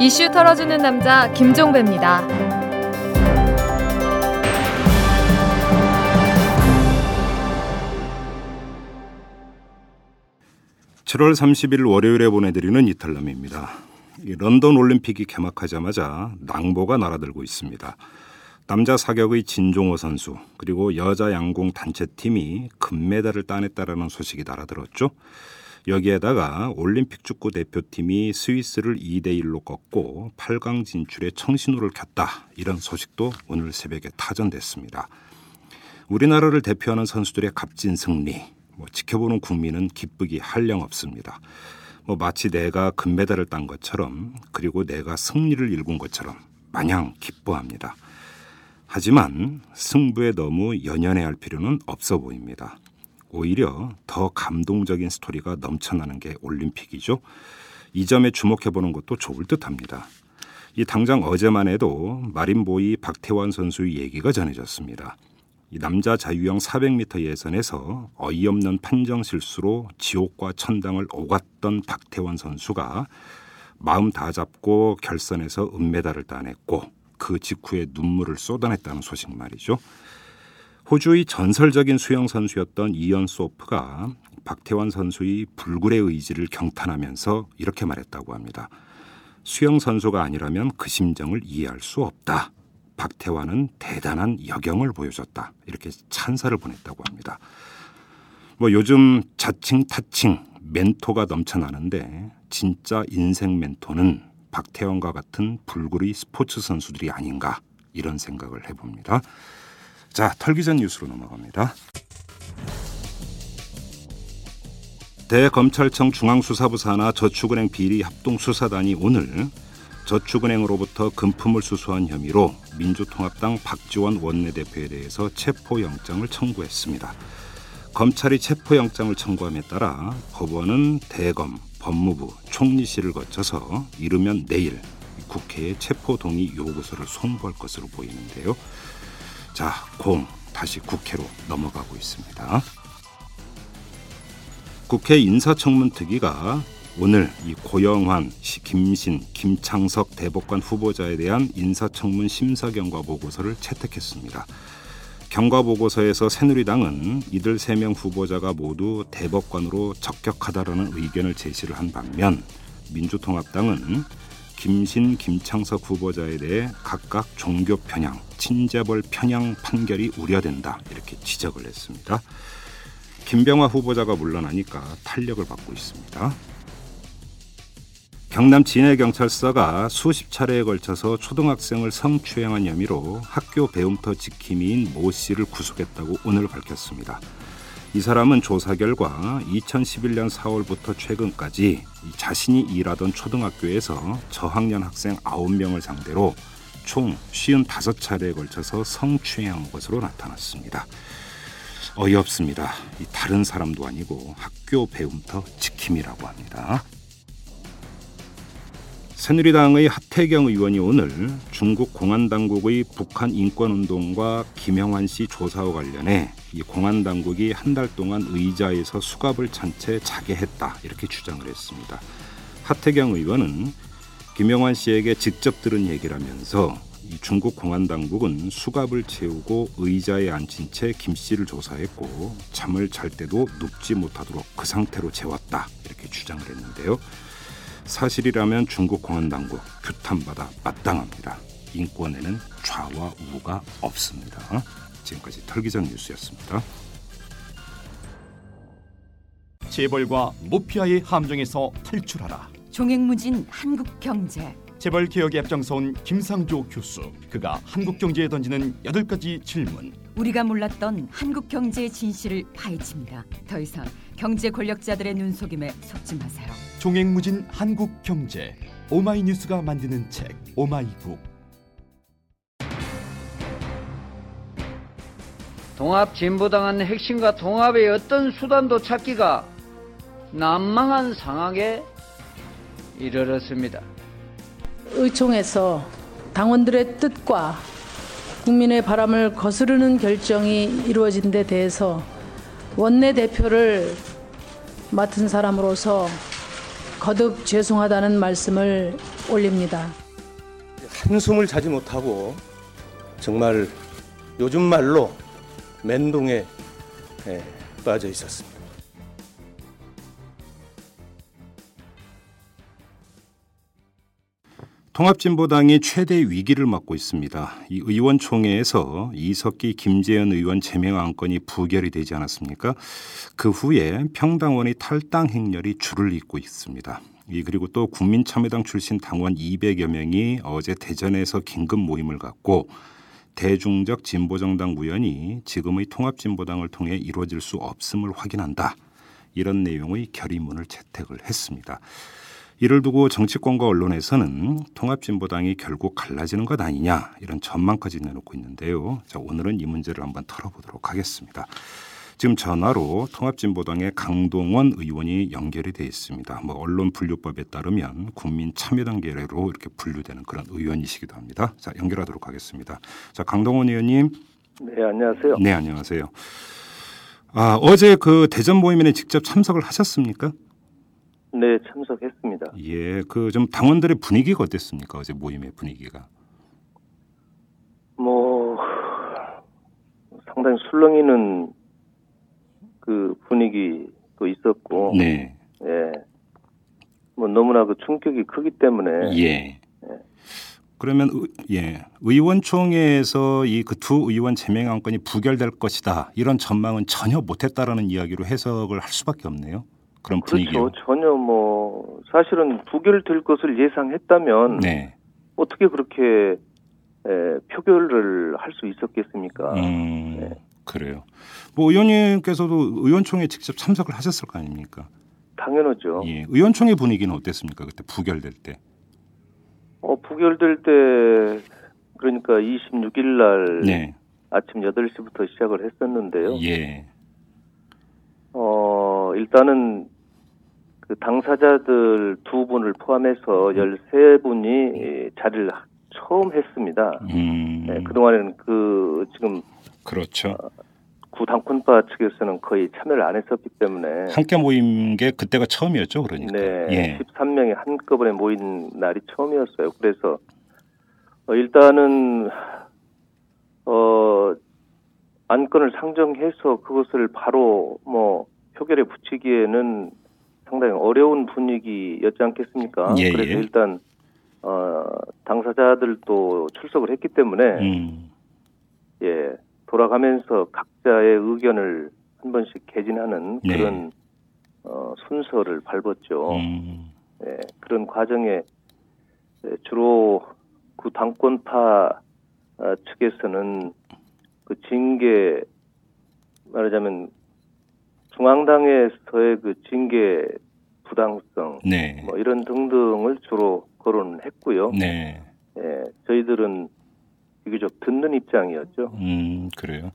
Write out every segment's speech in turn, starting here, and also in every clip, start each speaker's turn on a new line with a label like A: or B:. A: 이슈 털어주는 남자 김종배입니다.
B: 7월 30일 월요일에 보내드리는 이탈남입니다. 이 런던 올림픽이 개막하자마자 낭보가 날아들고 있습니다. 남자 사격의 진종호 선수 그리고 여자 양궁 단체팀이 금메달을 따냈다라는 소식이 날아들었죠. 여기에다가 올림픽 축구 대표팀이 스위스를 2대 1로 꺾고 8강 진출에 청신호를 켰다. 이런 소식도 오늘 새벽에 타전됐습니다. 우리나라를 대표하는 선수들의 값진 승리, 뭐 지켜보는 국민은 기쁘기 한량 없습니다. 뭐 마치 내가 금메달을 딴 것처럼 그리고 내가 승리를 일군 것처럼 마냥 기뻐합니다. 하지만 승부에 너무 연연해 야할 필요는 없어 보입니다. 오히려 더 감동적인 스토리가 넘쳐나는 게 올림픽이죠. 이 점에 주목해 보는 것도 좋을 듯합니다. 이 당장 어제만 해도 마린보이 박태환 선수의 얘기가 전해졌습니다. 이 남자 자유형 400m 예선에서 어이없는 판정 실수로 지옥과 천당을 오갔던 박태원 선수가 마음 다 잡고 결선에서 은메달을 따냈고 그 직후에 눈물을 쏟아냈다는 소식 말이죠. 호주의 전설적인 수영 선수였던 이언 소프가 박태환 선수의 불굴의 의지를 경탄하면서 이렇게 말했다고 합니다. 수영 선수가 아니라면 그 심정을 이해할 수 없다. 박태환은 대단한 여경을 보여줬다. 이렇게 찬사를 보냈다고 합니다. 뭐 요즘 자칭 타칭 멘토가 넘쳐나는데 진짜 인생 멘토는 박태환과 같은 불굴의 스포츠 선수들이 아닌가 이런 생각을 해봅니다. 자, 털기전 뉴스로 넘어갑니다. 대검찰청 중앙수사부 산하 저축은행 비리 합동수사단이 오늘 저축은행으로부터 금품을 수수한 혐의로 민주통합당 박지원 원내대표에 대해서 체포영장을 청구했습니다. 검찰이 체포영장을 청구함에 따라 법원은 대검, 법무부, 총리실을 거쳐서 이르면 내일 국회에 체포동의 요구서를 송부할 것으로 보이는데요. 자, 공 다시 국회로 넘어가고 있습니다. 국회 인사청문 특위가 오늘 이 고영환, 시- 김신, 김창석 대법관 후보자에 대한 인사청문 심사 경과 보고서를 채택했습니다. 경과 보고서에서 새누리당은 이들 세 명 후보자가 모두 대법관으로 적격하다라는 의견을 제시를 한 반면 민주통합당은 김신, 김창석 후보자에 대해 각각 종교 편향, 친재벌 편향 판결이 우려된다 이렇게 지적을 했습니다. 김병화 후보자가 물러나니까 탄력을 받고 있습니다. 경남 진해경찰서가 수십 차례에 걸쳐서 초등학생을 성추행한 혐의로 학교 배움터 지킴이인 모 씨를 구속했다고 오늘 밝혔습니다. 이 사람은 조사 결과 2011년 4월부터 최근까지 이 자신이 일하던 초등학교에서 저학년 학생 9명을 상대로 총 55차례에 걸쳐서 성추행한 것으로 나타났습니다. 어이없습니다. 이 다른 사람도 아니고 학교 배움터 지킴이라고 합니다. 새누리당의 하태경 의원이 오늘 중국 공안 당국의 북한 인권 운동과 김영환 씨 조사와 관련해 이 공안 당국이 한 달 동안 의자에서 수갑을 찬 채 자게 했다 이렇게 주장을 했습니다. 하태경 의원은 김영환 씨에게 직접 들은 얘기라면서 이 중국 공안 당국은 수갑을 채우고 의자에 앉힌 채 김 씨를 조사했고 잠을 잘 때도 눕지 못하도록 그 상태로 재웠다 이렇게 주장을 했는데요. 사실이라면 중국 공안 당국 규탄받아 마땅합니다. 인권에는 좌와 우가 없습니다. 지금까지 털기전 뉴스였습니다.
C: 재벌과 모피아의 함정에서 탈출하라.
D: 종횡무진 한국경제
C: 재벌 개혁에 앞장서온 김상조 교수. 그가 한국 경제에 던지는 여덟 가지 질문.
D: 우리가 몰랐던 한국경제의 진실을 파헤칩니다. 더 이상 경제 권력자들의 눈속임에 속지 마세요.
C: 종횡무진 한국 경제. 오마이뉴스가 만드는 책 오마이북.
E: 통합 진보당은 핵심과 통합의 어떤 수단도 찾기가 난망한 상황에 이르렀습니다.
F: 의총에서 당원들의 뜻과 국민의 바람을 거스르는 결정이 이루어진 데 대해서 원내대표를 맡은 사람으로서 거듭 죄송하다는 말씀을 올립니다.
G: 한숨을 자지 못하고 정말 요즘 말로 맨동에 예, 빠져 있었습니다.
B: 통합진보당이 최대 위기를 맞고 있습니다. 이 의원총회에서 이석기 김재현 의원 제명 안건이 부결이 되지 않았습니까? 그 후에 평당원의 탈당 행렬이 줄을 잇고 있습니다. 이 그리고 또 국민참여당 출신 당원 200여 명이 어제 대전에서 긴급 모임을 갖고 대중적 진보정당 우연이 지금의 통합진보당을 통해 이루어질 수 없음을 확인한다. 이런 내용의 결의문을 채택을 했습니다. 이를 두고 정치권과 언론에서는 통합진보당이 결국 갈라지는 것 아니냐 이런 전망까지 내놓고 있는데요. 자, 오늘은 이 문제를 한번 털어보도록 하겠습니다. 지금 전화로 통합진보당의 강동원 의원이 연결이 돼 있습니다. 뭐 언론 분류법에 따르면 국민 참여당 계례로 이렇게 분류되는 그런 의원이시기도 합니다. 자 연결하도록 하겠습니다. 자 강동원 의원님,
H: 네, 안녕하세요.
B: 네 안녕하세요. 아 어제 그 대전 모임에 직접 참석을 하셨습니까?
H: 네, 참석했습니다.
B: 예, 그 좀 당원들의 분위기가 어땠습니까? 어제 모임의 분위기가.
H: 뭐 상당히 술렁이는 그 분위기도 있었고,
B: 네.
H: 예, 뭐 너무나 그 충격이 크기 때문에
B: 예. 그러면 의, 예 의원총회에서 이 그 두 의원 제명 안건이 부결될 것이다 이런 전망은 전혀 못했다라는 이야기로 해석을 할 수밖에 없네요. 그런 분위기.
H: 그렇죠. 전혀 뭐 사실은 부결될 것을 예상했다면
B: 네.
H: 어떻게 그렇게 에, 표결을 할 수 있었겠습니까?
B: 음,
H: 네.
B: 그래요. 뭐 의원님께서도 의원총회 직접 참석을 하셨을 거 아닙니까?
H: 당연하죠.
B: 예. 의원총회 분위기는 어땠습니까? 그때 부결될 때.
H: 어, 부결될 때 그러니까 26일 날
B: 네.
H: 아침 8시부터 시작을 했었는데요.
B: 예.
H: 어, 일단은 그 당사자들 두 분을 포함해서 13분이 자리를 하- 처음 했습니다.
B: 음.
H: 네, 그동안에는 그 지금
B: 그렇죠.
H: 구당권파 측에서는 거의 참여를 안 했었기 때문에
B: 함께 모인 게 그때가 처음이었죠, 그러니까.
H: 네,
B: 예.
H: 13명이 한꺼번에 모인 날이 처음이었어요. 그래서 어, 일단은 어 안건을 상정해서 그것을 바로 뭐 표결에 붙이기에는 상당히 어려운 분위기였지 않겠습니까?
B: 예,
H: 그래서
B: 예.
H: 일단 어 당사자들도 출석을 했기 때문에
B: 음.
H: 예 돌아가면서 각자의 의견을 한 번씩 개진하는
B: 네.
H: 그런 어, 순서를 밟았죠.
B: 음.
H: 예, 그런 과정에 예, 주로 그 당권파 아, 측에서는 그 징계 말하자면 중앙당에서의 그 징계 부당성
B: 네.
H: 뭐 이런 등등을 주로 거론했고요.
B: 네.
H: 예, 저희들은 비교적 듣는 입장이었죠.
B: 음, 그래요.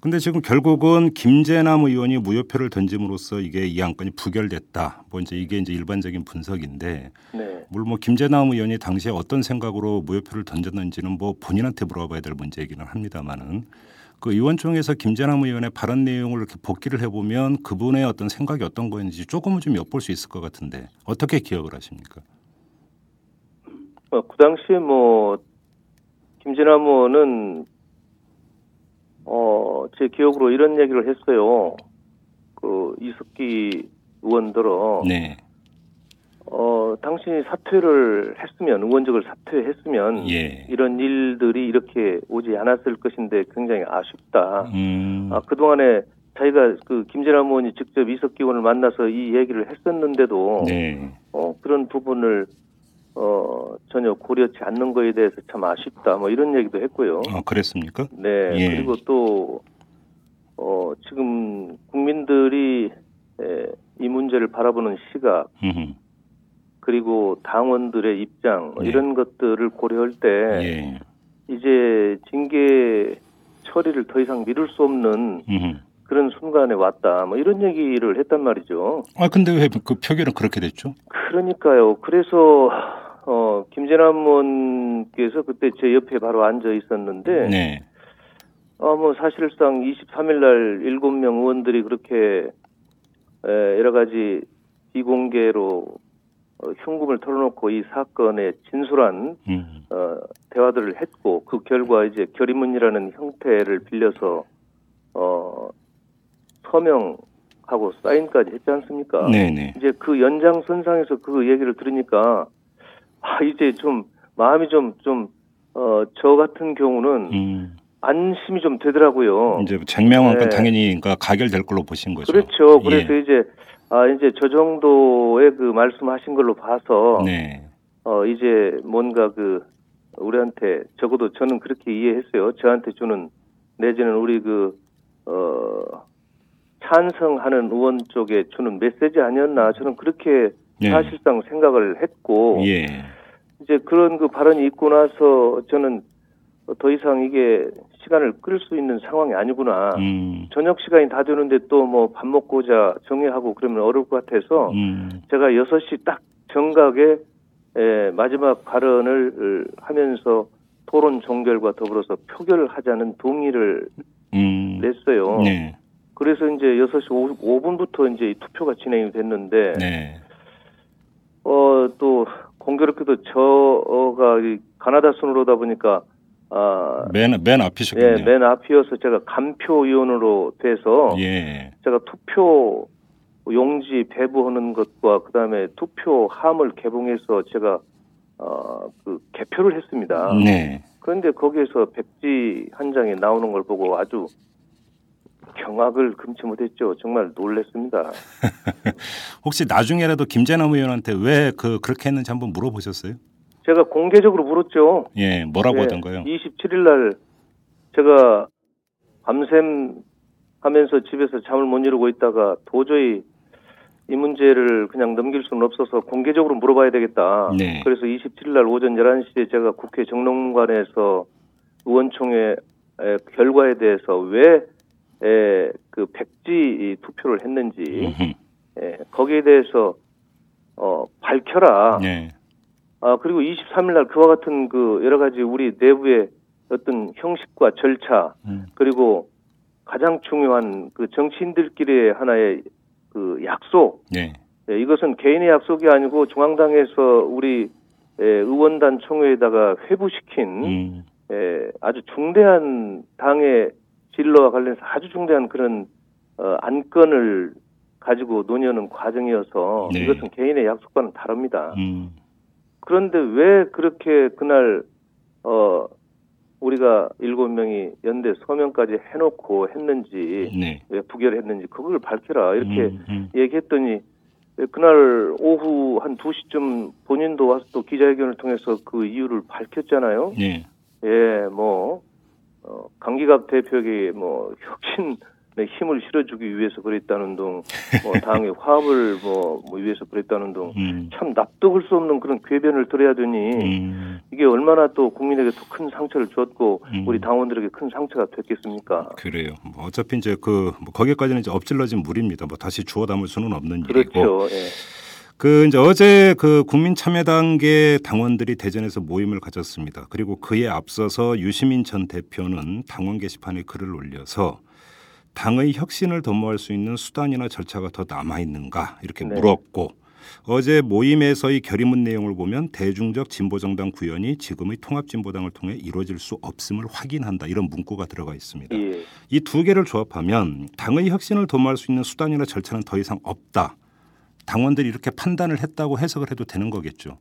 B: 근데 지금 결국은 김재남 의원이 무효표를 던짐으로써 이게 이 안건이 부결됐다. 뭐 이제 이게 이제 일반적인 분석인데
H: 네.
B: 물론 뭐 김재남 의원이 당시에 어떤 생각으로 무효표를 던졌는지는 뭐 본인한테 물어봐야 될 문제이기는 합니다만은 그 의원총회에서 김재남 의원의 발언 내용을 이렇게 복기를 해보면 그분의 어떤 생각이 어떤 건지 조금은 좀 엿볼 수 있을 것 같은데 어떻게 기억을 하십니까?
H: 어, 그 당시에 뭐 김진남 의원은 어, 제 기억으로 이런 얘기를 했어요. 그 이석기 의원들어
B: 네,
H: 어, 당신이 사퇴를 했으면 의원직을 사퇴했으면
B: 예,
H: 이런 일들이 이렇게 오지 않았을 것인데 굉장히 아쉽다.
B: 음,
H: 아, 그동안에 자기가 그 김진남 의원이 직접 이석기 의원을 만나서 이 얘기를 했었는데도
B: 네,
H: 어, 그런 부분을 어, 전혀 고려치 않는 거에 대해서 참 아쉽다. 뭐 이런 얘기도 했고요.
B: 아 그랬습니까?
H: 네.
B: 예.
H: 그리고 또 어, 지금 국민들이 에, 이 문제를 바라보는 시각
B: 음,
H: 그리고 당원들의 입장 뭐
B: 예.
H: 이런 것들을 고려할 때
B: 예,
H: 이제 징계 처리를 더 이상 미룰 수 없는
B: 음,
H: 그런 순간에 왔다. 뭐 이런 얘기를 했단 말이죠.
B: 아 근데 왜 그 표결은 그렇게 됐죠?
H: 그러니까요. 그래서 어, 김재남 의원께서 그때 제 옆에 바로 앉아 있었는데,
B: 네,
H: 어, 뭐 사실상 23일 날 7명 의원들이 그렇게 에, 여러 가지 비공개로 어, 흉금을 털어놓고 이 사건에 진솔한
B: 음.
H: 어, 대화들을 했고 그 결과 이제 결의문이라는 형태를 빌려서 어, 서명하고 사인까지 했지 않습니까?
B: 네네.
H: 이제 그 연장선상에서 그 얘기를 들으니까 아 이제 좀 마음이 좀 좀 어 저 같은 경우는
B: 음.
H: 안심이 좀 되더라고요.
B: 이제 쟁명한 건
H: 어. 네.
B: 당연히 그러니까 가결될 걸로 보신 거죠.
H: 그렇죠.
B: 예.
H: 그래서 이제 아 이제 저 정도의 그 말씀하신 걸로 봐서
B: 네.
H: 어 이제 뭔가 그 우리한테 적어도 저는 그렇게 이해했어요. 저한테 주는 내지는 우리 그, 그어 찬성하는 의원 쪽에 주는 메시지 아니었나 저는 그렇게
B: 네.
H: 사실상 생각을 했고
B: 예.
H: 이제 그런 그 발언이 있고 나서 저는 더 이상 이게 시간을 끌 수 있는 상황이 아니구나.
B: 음.
H: 저녁 시간이 다 되는데 또 뭐 밥 먹고자 정리하고 그러면 어려울 것 같아서
B: 음.
H: 제가 6시 딱 정각에 에, 마지막 발언을 하면서 토론 종결과 더불어서 표결하자는 동의를
B: 음.
H: 냈어요.
B: 네.
H: 그래서 이제 6시 5분부터 이제 이 투표가 진행이 됐는데
B: 네.
H: 어, 또, 공교롭게도 저가 이 가나다 순으로다 보니까, 아,
B: 맨, 맨
H: 예,
B: 앞이셨군요.
H: 맨 앞이어서 제가 간표위원으로 돼서,
B: 예.
H: 제가 투표 용지 배부하는 것과, 그 다음에 투표 함을 개봉해서 제가, 어, 그, 개표를 했습니다.
B: 네.
H: 그런데 거기에서 백지 한 장이 나오는 걸 보고 아주 경악을 금치 못했죠. 정말 놀랬습니다.
B: 혹시 나중에라도 김재남 의원한테 왜 그 그렇게 했는지 한번 물어보셨어요?
H: 제가 공개적으로 물었죠.
B: 예.
H: 네.
B: 뭐라고 하던가요?
H: 27일 날 제가 밤샘 하면서 집에서 잠을 못 이루고 있다가 도저히 이 문제를 그냥 넘길 수는 없어서 공개적으로 물어봐야 되겠다.
B: 네.
H: 그래서 27일 날 오전 11시에 제가 국회 정론관에서 의원총회 에, 결과에 대해서 왜그 백지 이 투표를 했는지
B: 음흠.
H: 에, 거기에 대해서 어, 밝혀라.
B: 예.
H: 아, 그리고 23일 날 그와 같은 그 여러 가지 우리 내부의 어떤 형식과 절차,
B: 음.
H: 그리고 가장 중요한 그 정치인들끼리의 하나의 그 약속,
B: 네.
H: 예, 이것은 개인의 약속이 아니고 중앙당에서 우리 예, 의원단 총회에다가 회부시킨
B: 음.
H: 예, 아주 중대한 당의 진로와 관련해서 아주 중대한 그런 어, 안건을 가지고 논의하는 과정이어서
B: 네.
H: 이것은 개인의 약속과는 다릅니다.
B: 음.
H: 그런데 왜 그렇게 그날 어 우리가 일곱 명이 연대 서명까지 해놓고 했는지
B: 네.
H: 왜 부결했는지 그걸 밝혀라 이렇게
B: 음, 음.
H: 얘기했더니 그날 오후 한 2시쯤 본인도 와서 또 기자회견을 통해서 그 이유를 밝혔잖아요.
B: 예.
H: 예, 뭐 어, 강기갑 대표에게 뭐 혁신 의 힘을 실어주기 위해서 그랬다는 둥, 뭐 당의 화합을 뭐, 뭐 위해서 그랬다는 둥,
B: 음.
H: 참 납득할 수 없는 그런 궤변을 들어야 되니
B: 음.
H: 이게 얼마나 또 국민에게 또 큰 상처를 주었고
B: 음.
H: 우리 당원들에게 큰 상처가 됐겠습니까?
B: 그래요. 뭐 어차피 이제 그뭐 거기까지는 이제 엎질러진 물입니다. 뭐 다시 주워 담을 수는 없는 일이고.
H: 그렇죠. 예.
B: 그 이제 어제 그 국민참여당계 당원들이 대전에서 모임을 가졌습니다. 그리고 그에 앞서서 유시민 전 대표는 당원 게시판에 글을 올려서 당의 혁신을 도모할 수 있는 수단이나 절차가 더 남아 있는가 이렇게
H: 네.
B: 물었고 어제 모임에서의 결의문 내용을 보면 대중적 진보정당 구현이 지금의 통합진보당을 통해 이루어질 수 없음을 확인한다 이런 문구가 들어가 있습니다.
H: 예.
B: 이 두 개를 조합하면 당의 혁신을 도모할 수 있는 수단이나 절차는 더 이상 없다. 당원들이 이렇게 판단을 했다고 해석을 해도 되는 거겠죠.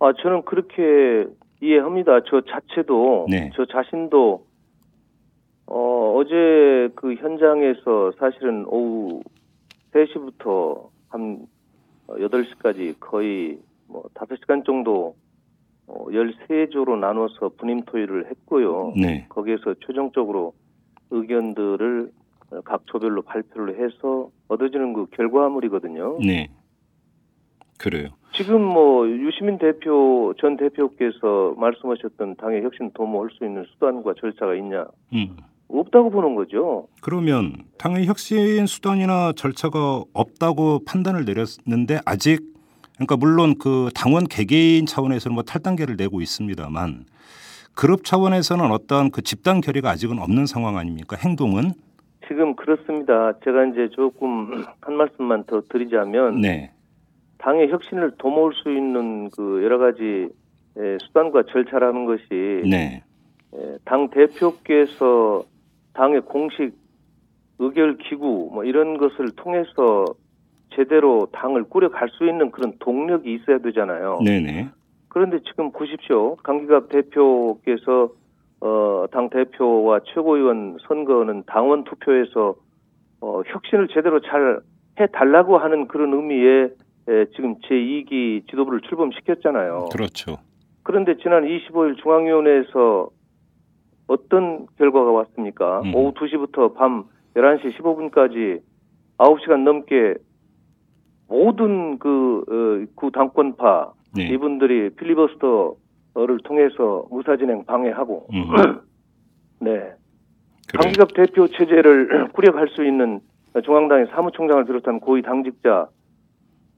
H: 아 저는 그렇게 이해합니다. 저 자체도
B: 네.
H: 저 자신도 어, 어제 그 현장에서 사실은 오후 3시부터 한 8시까지 거의 뭐 5시간 정도 어, 13조로 나눠서 분임 토의를 했고요.
B: 네.
H: 거기에서 최종적으로 의견들을 각 조별로 발표를 해서 얻어지는 그 결과물이거든요.
B: 네. 그래요.
H: 지금 뭐 유시민 대표 전 대표께서 말씀하셨던 당의 혁신 도모할 수 있는 수단과 절차가 있냐
B: 음.
H: 없다고 보는 거죠.
B: 그러면 당의 혁신 수단이나 절차가 없다고 판단을 내렸는데 아직 그러니까 물론 그 당원 개개인 차원에서는 뭐 탈당계를 내고 있습니다만 그룹 차원에서는 어떠한 그 집단 결의가 아직은 없는 상황 아닙니까? 행동은
H: 지금 그렇습니다. 제가 이제 조금 한 말씀만 더 드리자면
B: 네.
H: 당의 혁신을 도모할 수 있는 그 여러 가지 에, 수단과 절차라는 것이
B: 네.
H: 예, 당 대표께서 당의 공식 의결 기구 뭐 이런 것을 통해서 제대로 당을 꾸려갈 수 있는 그런 동력이 있어야 되잖아요.
B: 네네.
H: 그런데 지금 보십시오. 강기갑 대표께서 어, 당 대표와 최고위원 선거는 당원 투표에서 어, 혁신을 제대로 잘 해달라고 하는 그런 의미에 예, 지금 제2기 지도부를 출범시켰잖아요.
B: 그렇죠.
H: 그런데 지난 25일 중앙위원회에서 어떤 결과가 왔습니까?
B: 음.
H: 오후 2시부터 밤 11시 15분까지 9시간 넘게 모든 그, 어, 구 당권파
B: 네.
H: 이분들이 필리버스터를 통해서 무사진행 방해하고,
B: 음.
H: 네.
B: 그래.
H: 강기갑 대표 체제를 구력할 수 있는 중앙당의 사무총장을 비롯한 고위 당직자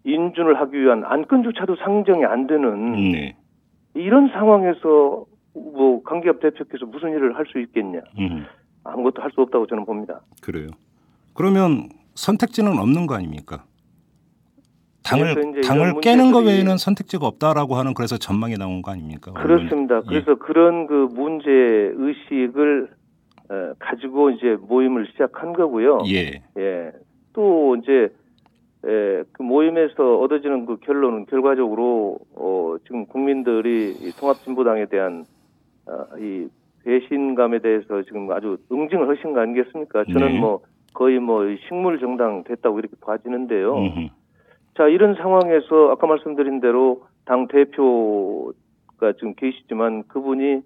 H: 인준을 하기 위한 안건조차도 상정이 안 되는
B: 네.
H: 이런 상황에서 뭐 강기업 대표께서 무슨 일을 할 수 있겠냐?
B: 음.
H: 아무것도 할 수 없다고 저는 봅니다.
B: 그래요. 그러면 선택지는 없는 거 아닙니까?
H: 그래서
B: 당을
H: 이제
B: 당을
H: 이런
B: 깨는 거
H: 문제들이-
B: 외에는 선택지가 없다라고 하는 그래서 전망이 나온 거 아닙니까?
H: 그렇습니다.
B: 언론이.
H: 그래서 그런 그 문제 의식을 어, 가지고 이제 모임을 시작한 거고요.
B: 예. 예.
H: 예. 또 이제 예, 그 모임에서 얻어지는 그 결론은 결과적으로 어, 지금 국민들이 이 통합진보당에 대한 어, 이 배신감에 대해서 지금 아주 응징을 하신 거 아니겠습니까? 저는
B: 네.
H: 뭐 거의 뭐이 식물 정당 됐다고 이렇게 봐지는데요.
B: 음흠.
H: 자 이런 상황에서 아까 말씀드린 대로 당 대표가 지금 계시지만 그분이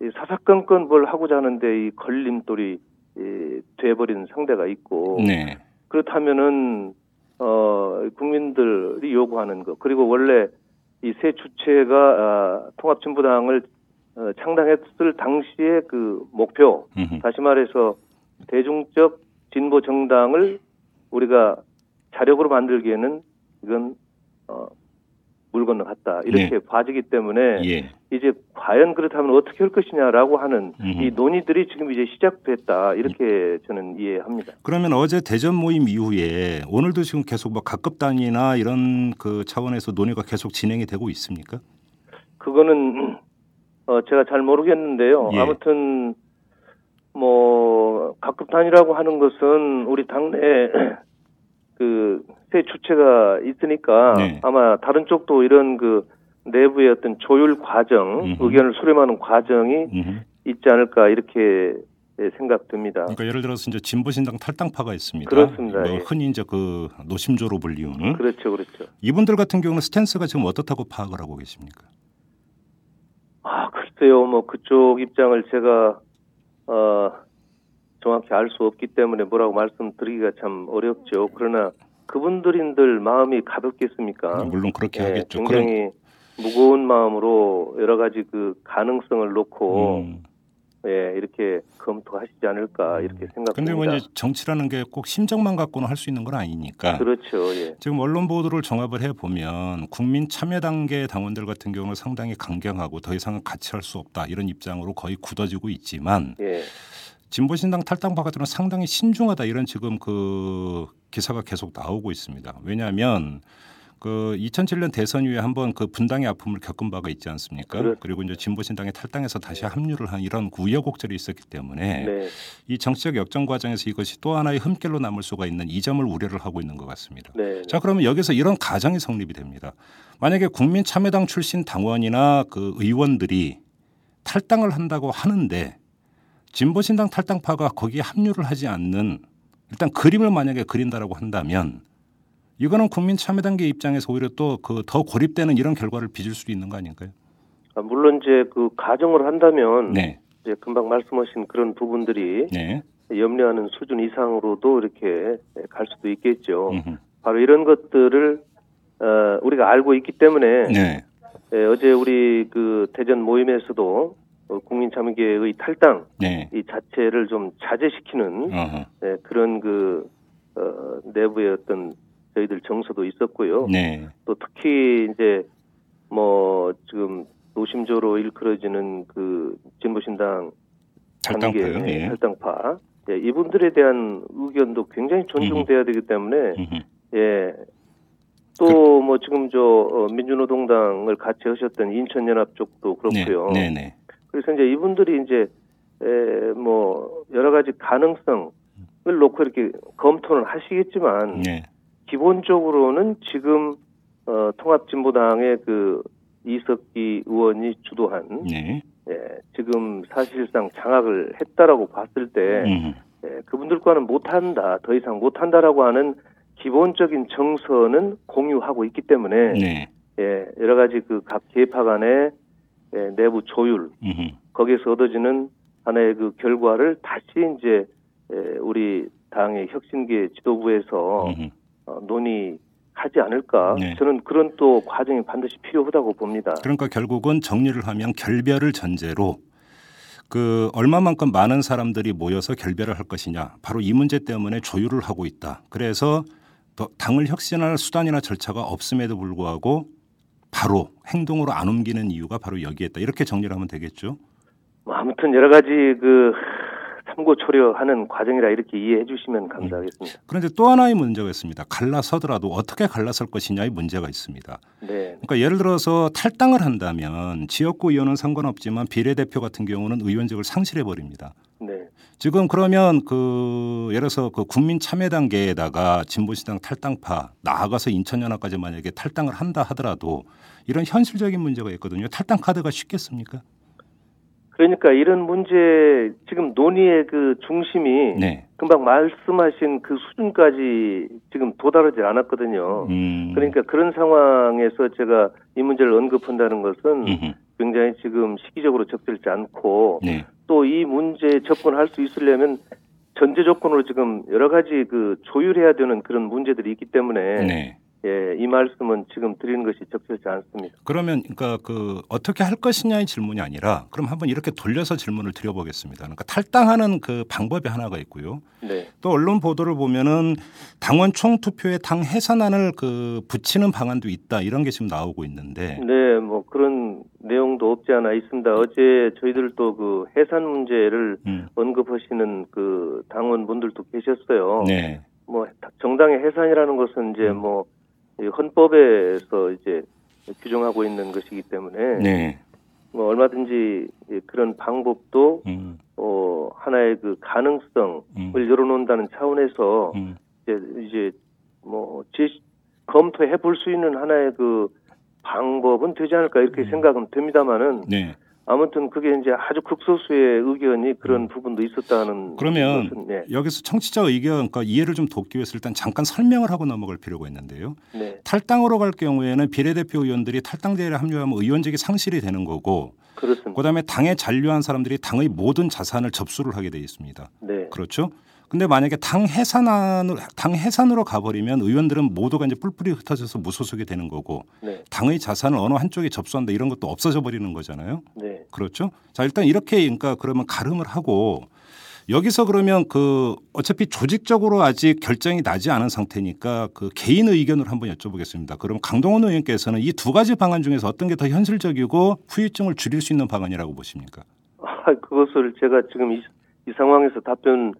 H: 이 사사건건 뭘 하고자 하는데 이 걸림돌이 이 돼버린 상대가 있고
B: 네.
H: 그렇다면은 어 국민들이 요구하는 것 그리고 원래 이 세 주체가 아, 통합진보당을 어, 창당했을 당시의 그 목표
B: 음흠.
H: 다시 말해서 대중적 진보 정당을 우리가 자력으로 만들기에는 이건 어, 물 건너갔다 이렇게 봐지기 때문에
B: 예.
H: 이제 과연 그렇다면 어떻게 할 것이냐라고 하는
B: 음.
H: 이 논의들이 지금 이제 시작됐다 이렇게 저는 이해합니다.
B: 그러면 어제 대전 모임 이후에 오늘도 지금 계속 막 각급 단위나 이런 그 차원에서 논의가 계속 진행이 되고 있습니까?
H: 그거는 어, 제가 잘 모르겠는데요.
B: 예.
H: 아무튼 뭐 각급 단위라고 하는 것은 우리 당내 그 세 주체가 있으니까
B: 네.
H: 아마 다른 쪽도 이런 그 내부의 어떤 조율 과정,
B: 음흠.
H: 의견을 수렴하는 과정이
B: 음흠.
H: 있지 않을까 이렇게 예, 생각됩니다.
B: 그러니까 예를 들어서 이제 진보신당 탈당파가 있습니다.
H: 그렇습니다.
B: 뭐
H: 예.
B: 흔히 이제 그 노심조로 불리우는
H: 그렇죠, 그렇죠.
B: 이분들 같은 경우는 스탠스가 지금 어떻다고 파악을 하고 계십니까?
H: 아 글쎄요, 뭐 그쪽 입장을 제가 어, 정확히 알 수 없기 때문에 뭐라고 말씀드리기가 참 어렵죠. 그러나 그분들인들 마음이 가볍겠습니까?
B: 아, 물론 그렇게
H: 예,
B: 하겠죠.
H: 굉장히 무거운 마음으로 여러 가지 그 가능성을 놓고
B: 음.
H: 예, 이렇게 검토하시지 않을까 이렇게 생각합니다.
B: 근데 뭐 이제 정치라는 게 꼭 심정만 갖고는 할 수 있는 건 아니니까.
H: 그렇죠, 예.
B: 지금 언론 보도를 종합을 해 보면 국민 참여 단계 당원들 같은 경우는 상당히 강경하고 더 이상은 같이 할 수 없다 이런 입장으로 거의 굳어지고 있지만
H: 예,
B: 진보신당 탈당파 같은 경우는 상당히 신중하다 이런 지금 그 기사가 계속 나오고 있습니다. 왜냐하면 그 2007년 대선 이후에 한번 그 분당의 아픔을 겪은 바가 있지 않습니까?
H: 그렇-
B: 그리고 이제 진보신당에 탈당해서 다시 합류를 한 이런 우여곡절이 있었기 때문에
H: 네,
B: 이 정치적 역전 과정에서 이것이 또 하나의 흠길로 남을 수가 있는 이 점을 우려를 하고 있는 것 같습니다.
H: 네,
B: 자 그러면 여기서 이런 가정이 성립이 됩니다. 만약에 국민참여당 출신 당원이나 그 의원들이 탈당을 한다고 하는데 진보신당 탈당파가 거기에 합류를 하지 않는 일단 그림을 만약에 그린다라고 한다면 이거는 국민참여당계 입장에서 오히려 또 그 더 고립되는 이런 결과를 빚을 수도 있는 거 아닌가요?
H: 아, 물론 이제 그 가정을 한다면
B: 네,
H: 이제 금방 말씀하신 그런 부분들이
B: 네,
H: 염려하는 수준 이상으로도 이렇게 갈 수도 있겠죠.
B: 음흠.
H: 바로 이런 것들을 어, 우리가 알고 있기 때문에
B: 네,
H: 예, 어제 우리 그 대전 모임에서도 어, 국민참여계의 탈당
B: 네,
H: 이 자체를 좀 자제시키는
B: 어허.
H: 예, 그런 그 어, 내부의 어떤 저희들 정서도 있었고요.
B: 네,
H: 또 특히 이제 뭐 지금 노심조로 일컬어지는 그 진보신당
B: 탈당파요.
H: 단계,
B: 예.
H: 탈당파. 예, 이분들에
B: 음.
H: 대한 의견도 굉장히 존중돼야 되기 때문에
B: 음흠.
H: 예. 또 뭐 뭐 지금 저 어, 민주노동당을 같이 하셨던 인천연합 쪽도 그렇고요.
B: 네, 네.
H: 그래서 이제 이분들이 이제 에, 뭐 여러 가지 가능성을 놓고 이렇게 검토는 하시겠지만
B: 네.
H: 기본적으로는 지금 어, 통합진보당의 그 이석기 의원이 주도한
B: 네.
H: 예, 지금 사실상 장악을 했다라고 봤을 때
B: 음.
H: 예, 그분들과는 못한다, 더 이상 못한다라고 하는 기본적인 정서는 공유하고 있기 때문에
B: 네.
H: 예, 여러 가지 그 각 계파 간의 예, 내부 조율
B: 음.
H: 거기에서 얻어지는 하나의 그 결과를 다시 이제 예, 우리 당의 혁신계 지도부에서
B: 음.
H: 어, 논의하지 않을까
B: 네.
H: 저는 그런 또 과정이 반드시 필요하다고 봅니다.
B: 그러니까 결국은 정리를 하면 결별을 전제로 그 얼마만큼 많은 사람들이 모여서 결별을 할 것이냐 바로 이 문제 때문에 조율을 하고 있다. 그래서 더 당을 혁신할 수단이나 절차가 없음에도 불구하고 바로 행동으로 안 옮기는 이유가 바로 여기에 있다. 이렇게 정리를 하면 되겠죠.
H: 뭐 아무튼 여러 가지 그 참고초려하는 과정이라 이렇게 이해해 주시면 감사하겠습니다.
B: 그런데 또 하나의 문제가 있습니다. 갈라서더라도 어떻게 갈라설 것이냐의 문제가 있습니다.
H: 네,
B: 그러니까 예를 들어서 탈당을 한다면 지역구 의원은 상관없지만 비례대표 같은 경우는 의원직을 상실해 버립니다.
H: 네,
B: 지금 그러면 그 예를 들어서 그 국민참여단계에다가 진보신당 탈당파 나아가서 인천연합까지 만약에 탈당을 한다 하더라도 이런 현실적인 문제가 있거든요. 탈당 카드가 쉽겠습니까?
H: 그러니까 이런 문제 지금 논의의 그 중심이
B: 네.
H: 금방 말씀하신 그 수준까지 지금 도달하지 않았거든요.
B: 음.
H: 그러니까 그런 상황에서 제가 이 문제를 언급한다는 것은
B: 음흠.
H: 굉장히 지금 시기적으로 적절치 않고
B: 네.
H: 또 이 문제에 접근할 수 있으려면 전제 조건으로 지금 여러 가지 그 조율해야 되는 그런 문제들이 있기 때문에
B: 네.
H: 예, 이 말씀은 지금 드리는 것이 적절치 않습니다.
B: 그러면 그러니까 그 어떻게 할 것이냐의 질문이 아니라 그럼 한번 이렇게 돌려서 질문을 드려보겠습니다. 그러니까 탈당하는 그 방법이 하나가 있고요.
H: 네.
B: 또 언론 보도를 보면은 당원 총투표에 당 해산안을 그 붙이는 방안도 있다 이런 게 지금 나오고 있는데
H: 네, 뭐 그런 내용도 없지 않아 있습니다. 어제 저희들도 그 해산 문제를
B: 음.
H: 언급하시는 그 당원분들도 계셨어요.
B: 네. 음.
H: 뭐 정당의 해산이라는 것은 이제 뭐이 헌법에서 이제 규정하고 있는 것이기 때문에
B: 네.
H: 뭐 얼마든지 이 그런 방법도
B: 음,
H: 어 하나의 그 가능성을
B: 음,
H: 열어놓는다는 차원에서
B: 음.
H: 이제 이제 뭐 제시- 검토해 볼 수 있는 하나의 그 방법은 되지 않을까 이렇게
B: 음.
H: 생각은 됩니다만은
B: 네.
H: 아무튼 그게 이제 아주 극소수의 의견이 그런 부분도 있었다는
B: 음. 그러면
H: 것은, 네,
B: 여기서 청취자 의견 그러니까 이해를 좀 돕기 위해서 일단 잠깐 설명을 하고 넘어갈 필요가 있는데요.
H: 네
B: 탈당으로 갈 경우에는 비례대표 의원들이 탈당 대회에 합류하면 의원직이 상실이 되는 거고
H: 그렇습니다.
B: 그다음에 당에 잔류한 사람들이 당의 모든 자산을 접수를 하게 돼 있습니다.
H: 네
B: 그렇죠? 근데 만약에 당 해산안으로 당 해산으로 가버리면 의원들은 모두가 이제 뿔뿔이 흩어져서 무소속이 되는 거고
H: 네,
B: 당의 자산을 어느 한쪽에 접수한다 이런 것도 없어져 버리는 거잖아요.
H: 네.
B: 그렇죠? 자 일단 이렇게 그러니까 그러면 가름을 하고 여기서 그러면 그 어차피 조직적으로 아직 결정이 나지 않은 상태니까 그 개인 의견을 한번 여쭤보겠습니다. 그럼 강동원 의원께서는 이 두 가지 방안 중에서 어떤 게 더 현실적이고 후유증을 줄일 수 있는 방안이라고 보십니까?
H: 아, 그것을 제가 지금 이, 이 상황에서 답변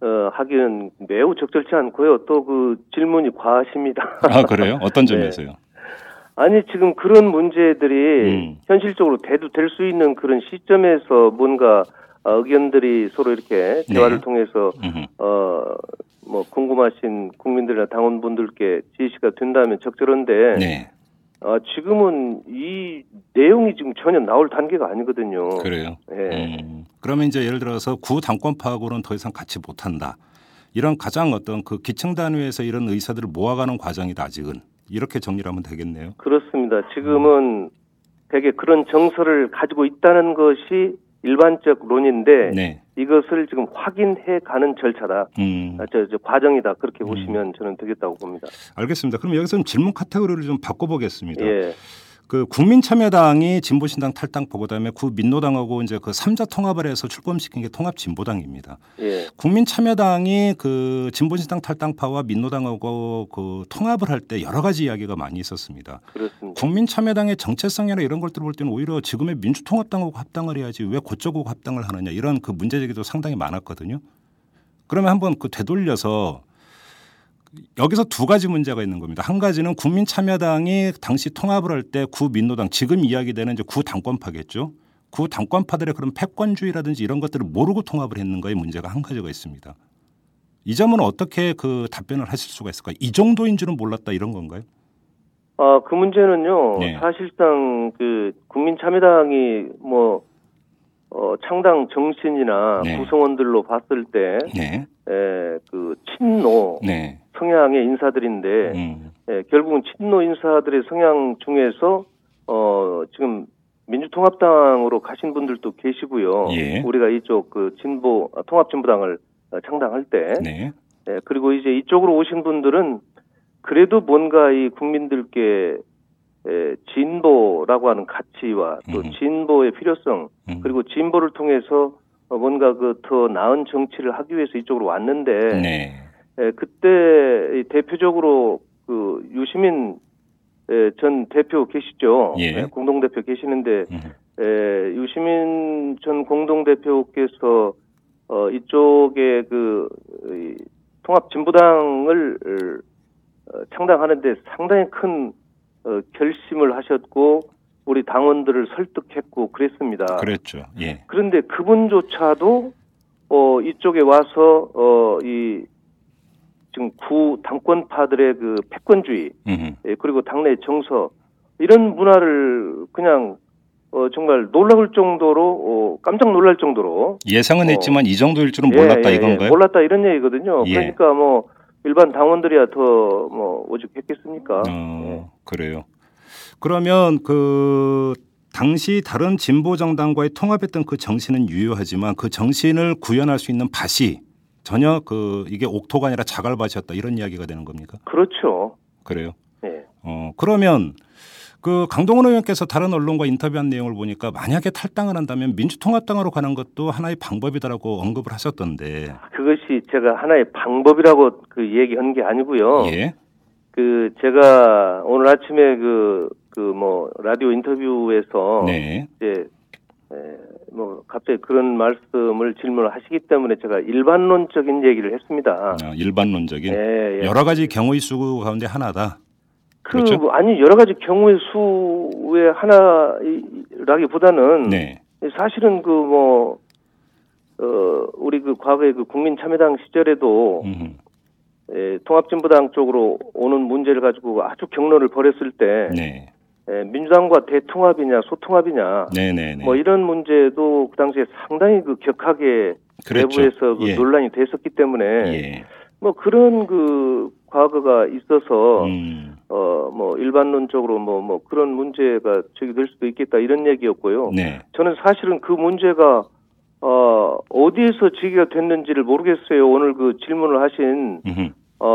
H: 어, 하기는 매우 적절치 않고요. 또 그 질문이 과하십니다.
B: 아 그래요? 어떤
H: 점에서요? 아니 지금 그런 문제들이
B: 음.
H: 현실적으로 대두될 수 있는 그런 시점에서 뭔가 어, 의견들이 서로 이렇게 대화를
B: 네.
H: 통해서
B: 음.
H: 어, 어뭐 궁금하신 국민들이나 당원분들께 제시가 된다면 적절한데
B: 네,
H: 아, 지금은 이 내용이 지금 전혀 나올 단계가 아니거든요.
B: 그래요.
H: 예.
B: 음, 그러면 이제 예를 들어서 구 당권파하고는 더 이상 같이 못한다. 이런 가장 어떤 그 기층 단위에서 이런 의사들을 모아가는 과정이다 아직은 이렇게 정리하면 되겠네요.
H: 그렇습니다. 지금은 되게 그런 정서를 가지고 있다는 것이 일반적 론인데
B: 네.
H: 이것을 지금 확인해 가는 절차다.
B: 음,
H: 아, 저, 저 과정이다. 그렇게 보시면 저는 되겠다고 봅니다.
B: 알겠습니다. 그럼 여기서 좀 질문 카테고리를 좀 바꿔보겠습니다.
H: 예.
B: 그 국민참여당이 진보신당 탈당포 그다음에 구 민노당하고 이제 그 삼자 통합을 해서 출범시킨 게 통합진보당입니다.
H: 예.
B: 국민참여당이 그 진보신당 탈당파와 민노당하고 그 통합을 할 때 여러 가지 이야기가 많이 있었습니다.
H: 그렇습니다.
B: 국민참여당의 정체성이나 이런 것들을 볼 때는 오히려 지금의 민주통합당하고 합당을 해야지 왜 고쪽하고 합당을 하느냐 이런 그 문제제기도 상당히 많았거든요. 그러면 한번 그 되돌려서 여기서 두 가지 문제가 있는 겁니다. 한 가지는 국민참여당이 당시 통합을 할 때 구민노당 지금 이야기되는 이제 구당권파겠죠. 구당권파들의 그런 패권주의라든지 이런 것들을 모르고 통합을 했는가의 문제가 한 가지가 있습니다. 이 점은 어떻게 그 답변을 하실 수가 있을까요? 이 정도인 줄은 몰랐다 이런 건가요?
H: 아, 그 문제는요.
B: 네.
H: 사실상 그 국민참여당이 뭐 어, 창당 정신이나
B: 네.
H: 구성원들로 봤을 때,
B: 네,
H: 에, 그 친노
B: 네,
H: 성향의 인사들인데,
B: 음,
H: 예, 결국은 친노 인사들의 성향 중에서 어 지금 민주통합당으로 가신 분들도 계시고요.
B: 예.
H: 우리가 이쪽 그 진보 아, 통합진보당을 어, 창당할 때,
B: 네,
H: 예, 그리고 이제 이쪽으로 오신 분들은 그래도 뭔가 이 국민들께 예, 진보라고 하는 가치와 또
B: 음.
H: 진보의 필요성
B: 음,
H: 그리고 진보를 통해서 어, 뭔가 그 더 나은 정치를 하기 위해서 이쪽으로 왔는데
B: 네,
H: 예, 그때 이 대표적으로 그 유시민 예, 전 대표 계시죠.
B: 예.
H: 공동 대표 계시는데
B: 음,
H: 예, 유시민 전 공동 대표께서 어, 이쪽에 그 통합 진보당을 어, 창당하는데 상당히 큰 어, 결심을 하셨고 우리 당원들을 설득했고 그랬습니다.
B: 그랬죠. 예,
H: 그런데 그분조차도 어 이쪽에 와서 어이 지금 구 당권파들의 그 패권주의
B: 음,
H: 예, 그리고 당내 정서 이런 문화를 그냥 어 정말 놀라울 정도로 어 깜짝 놀랄 정도로
B: 예상은
H: 어.
B: 했지만 이 정도일 줄은
H: 예,
B: 몰랐다
H: 예, 예,
B: 이건가요?
H: 몰랐다 이런 얘기거든요.
B: 예.
H: 그러니까 뭐 일반 당원들이야 더 뭐 오죽했겠습니까?
B: 어,
H: 예.
B: 그래요. 그러면 그 당시 다른 진보 정당과의 통합했던 그 정신은 유효하지만 그 정신을 구현할 수 있는 밭이 전혀 그 이게 옥토가 아니라 자갈밭이었다 이런 이야기가 되는 겁니까?
H: 그렇죠.
B: 그래요.
H: 예.
B: 어, 그러면 그 강동원 의원께서 다른 언론과 인터뷰한 내용을 보니까 만약에 탈당을 한다면 민주통합당으로 가는 것도 하나의 방법이다라고 언급을 하셨던데.
H: 그것이 제가 하나의 방법이라고 그 얘기한 게 아니고요.
B: 예.
H: 그 제가 오늘 아침에 그 그 뭐 라디오 인터뷰에서
B: 네.
H: 이제 에, 뭐 갑자기 그런 말씀을 질문을 하시기 때문에 제가 일반론적인 얘기를 했습니다.
B: 어, 일반론적인
H: 예, 예.
B: 여러 가지 경우의 수 가운데 하나다.
H: 그
B: 그렇죠?
H: 뭐 아니 여러 가지 경우의 수의 하나라기보다는
B: 네.
H: 사실은 그 뭐 어, 우리 그 과거에 그 국민참여당 시절에도
B: 음.
H: 에, 통합진보당 쪽으로 오는 문제를 가지고 아주 경로를 벌였을 때
B: 네.
H: 에, 민주당과 대통합이냐 소통합이냐
B: 네네네.
H: 뭐 이런 문제도 그 당시에 상당히 그 격하게
B: 그랬죠.
H: 내부에서 그
B: 예.
H: 논란이 됐었기 때문에
B: 예.
H: 뭐 그런 그 과거가 있어서
B: 음.
H: 어 뭐 일반론적으로 뭐 뭐 그런 문제가 제기될 수도 있겠다 이런 얘기였고요.
B: 네.
H: 저는 사실은 그 문제가 어 어디에서 제기가 됐는지를 모르겠어요. 오늘 그 질문을 하신
B: 음흠.
H: 어,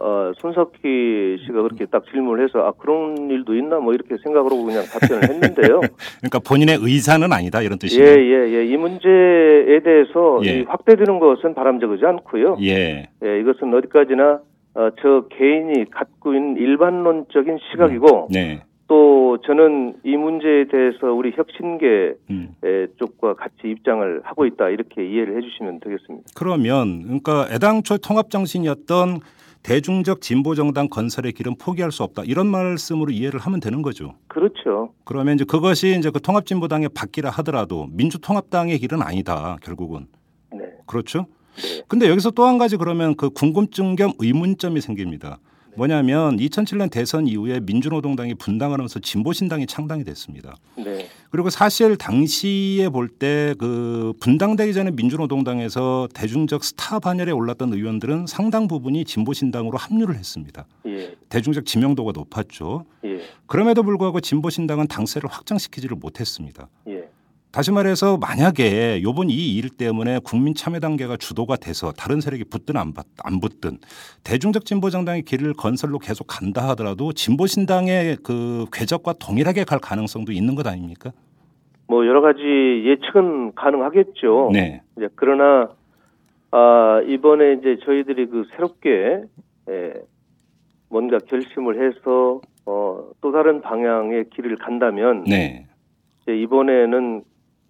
H: 어 손석희 씨가 그렇게 딱 질문을 해서 아 그런 일도 있나 뭐 이렇게 생각으로 그냥 답변을 했는데요.
B: 그러니까 본인의 의사는 아니다 이런
H: 예,
B: 뜻이에요.
H: 예, 예. 이 문제에 대해서
B: 예.
H: 이 확대되는 것은 바람직하지 않고요.
B: 예.
H: 예, 이것은 어디까지나 어, 저 개인이 갖고 있는 일반론적인 시각이고
B: 네.
H: 또 저는 이 문제에 대해서 우리 혁신계
B: 음.
H: 예, 쪽과 같이 입장을 하고 있다 이렇게 이해를 해주시면 되겠습니다.
B: 그러면 그러니까 애당초 통합 정신이었던 대중적 진보 정당 건설의 길은 포기할 수 없다 이런 말씀으로 이해를 하면 되는 거죠.
H: 그렇죠.
B: 그러면 이제 그것이 이제 그 통합진보당의 바뀌라 하더라도 민주통합당의 길은 아니다 결국은
H: 네.
B: 그렇죠.
H: 네.
B: 근데 여기서 또 한 가지 그러면 그 궁금증 겸 의문점이 생깁니다.
H: 네.
B: 뭐냐면 2007년 대선 이후에 민주노동당이 분당하면서 진보신당이 창당이 됐습니다.
H: 네.
B: 그리고 사실 당시에 볼 때 그 분당되기 전에 민주노동당에서 대중적 스타 반열에 올랐던 의원들은 상당 부분이 진보신당으로 합류를 했습니다.
H: 예.
B: 대중적 지명도가 높았죠.
H: 예.
B: 그럼에도 불구하고 진보신당은 당세를 확장시키지를 못했습니다.
H: 예.
B: 다시 말해서 만약에 요번 이 일 때문에 국민참여단계가 주도가 돼서 다른 세력이 붙든 안, 받- 안 붙든 대중적 진보정당의 길을 건설로 계속 간다 하더라도 진보신당의 그 궤적과 동일하게 갈 가능성도 있는 것 아닙니까?
H: 뭐 여러 가지 예측은 가능하겠죠.
B: 네.
H: 이제 그러나 아 이번에 이제 저희들이 그 새롭게 예, 뭔가 결심을 해서 어, 또 다른 방향의 길을 간다면
B: 네.
H: 이제 이번에는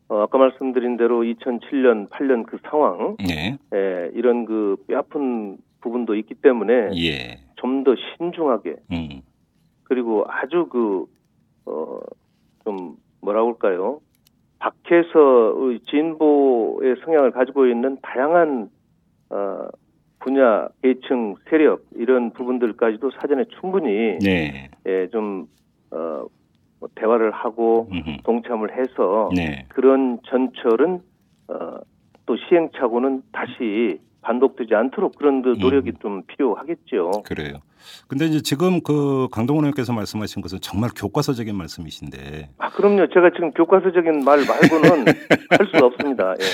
H: 어, 아까 말씀드린 대로 2007년, 8년 그 상황
B: 네.
H: 예, 이런 그 뼈아픈 부분도 있기 때문에
B: 예.
H: 좀 더 신중하게
B: 음.
H: 그리고 아주 그, 어, 좀, 뭐라고 할까요? 밖에서 의 진보의 성향을 가지고 있는 다양한, 어, 분야, 계층, 세력, 이런 부분들까지도 사전에 충분히,
B: 네.
H: 예, 좀, 어, 뭐 대화를 하고
B: 음흠.
H: 동참을 해서
B: 네.
H: 그런 전철은, 어, 또 시행착오는 다시 반복되지 않도록 그런
B: 음.
H: 그 노력이 좀 필요하겠죠.
B: 그래요. 근데 이제 지금 그 강동원 의원께서 말씀하신 것은 정말 교과서적인 말씀이신데
H: 아, 그럼요. 제가 지금 교과서적인 말 말고는 할 수가 없습니다. 예.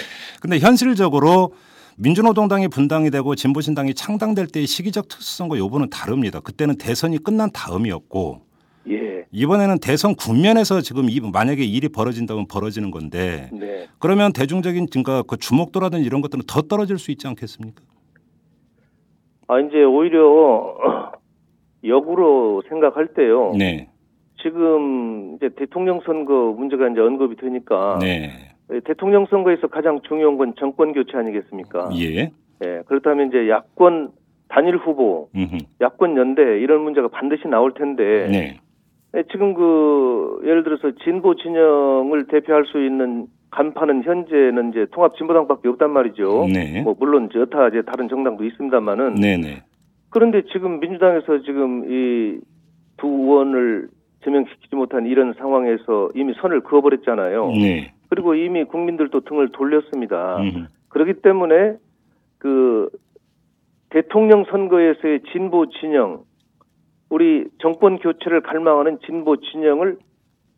B: 근데 현실적으로 민주노동당이 분당이 되고 진보신당이 창당될 때의 시기적 특수성과 요번은 다릅니다. 그때는 대선이 끝난 다음이었고
H: 예.
B: 이번에는 대선 국면에서 지금 이 만약에 일이 벌어진다면 벌어지는 건데
H: 네.
B: 그러면 대중적인 그러니까 그 주목도라든지 이런 것들은 더 떨어질 수 있지 않겠습니까?
H: 아, 이제 오히려 역으로 생각할 때요.
B: 네,
H: 지금 이제 대통령 선거 문제가 이제 언급이 되니까
B: 네,
H: 예, 대통령 선거에서 가장 중요한 건 정권 교체 아니겠습니까?
B: 예,
H: 예. 그렇다면 이제 야권 단일 후보,
B: 음흠.
H: 야권 연대 이런 문제가 반드시 나올 텐데
B: 네,
H: 예, 지금 그 예를 들어서 진보 진영을 대표할 수 있는 간판은 현재는 이제 통합 진보당밖에 없단 말이죠.
B: 네.
H: 뭐 물론 이제 여타 이제 다른 정당도 있습니다만은
B: 네, 네,
H: 그런데 지금 민주당에서 지금 이 두 의원을 제명시키지 못한 이런 상황에서 이미 선을 그어버렸잖아요.
B: 네,
H: 그리고 이미 국민들도 등을 돌렸습니다.
B: 음흠.
H: 그렇기 때문에 그 대통령 선거에서의 진보 진영, 우리 정권 교체를 갈망하는 진보 진영을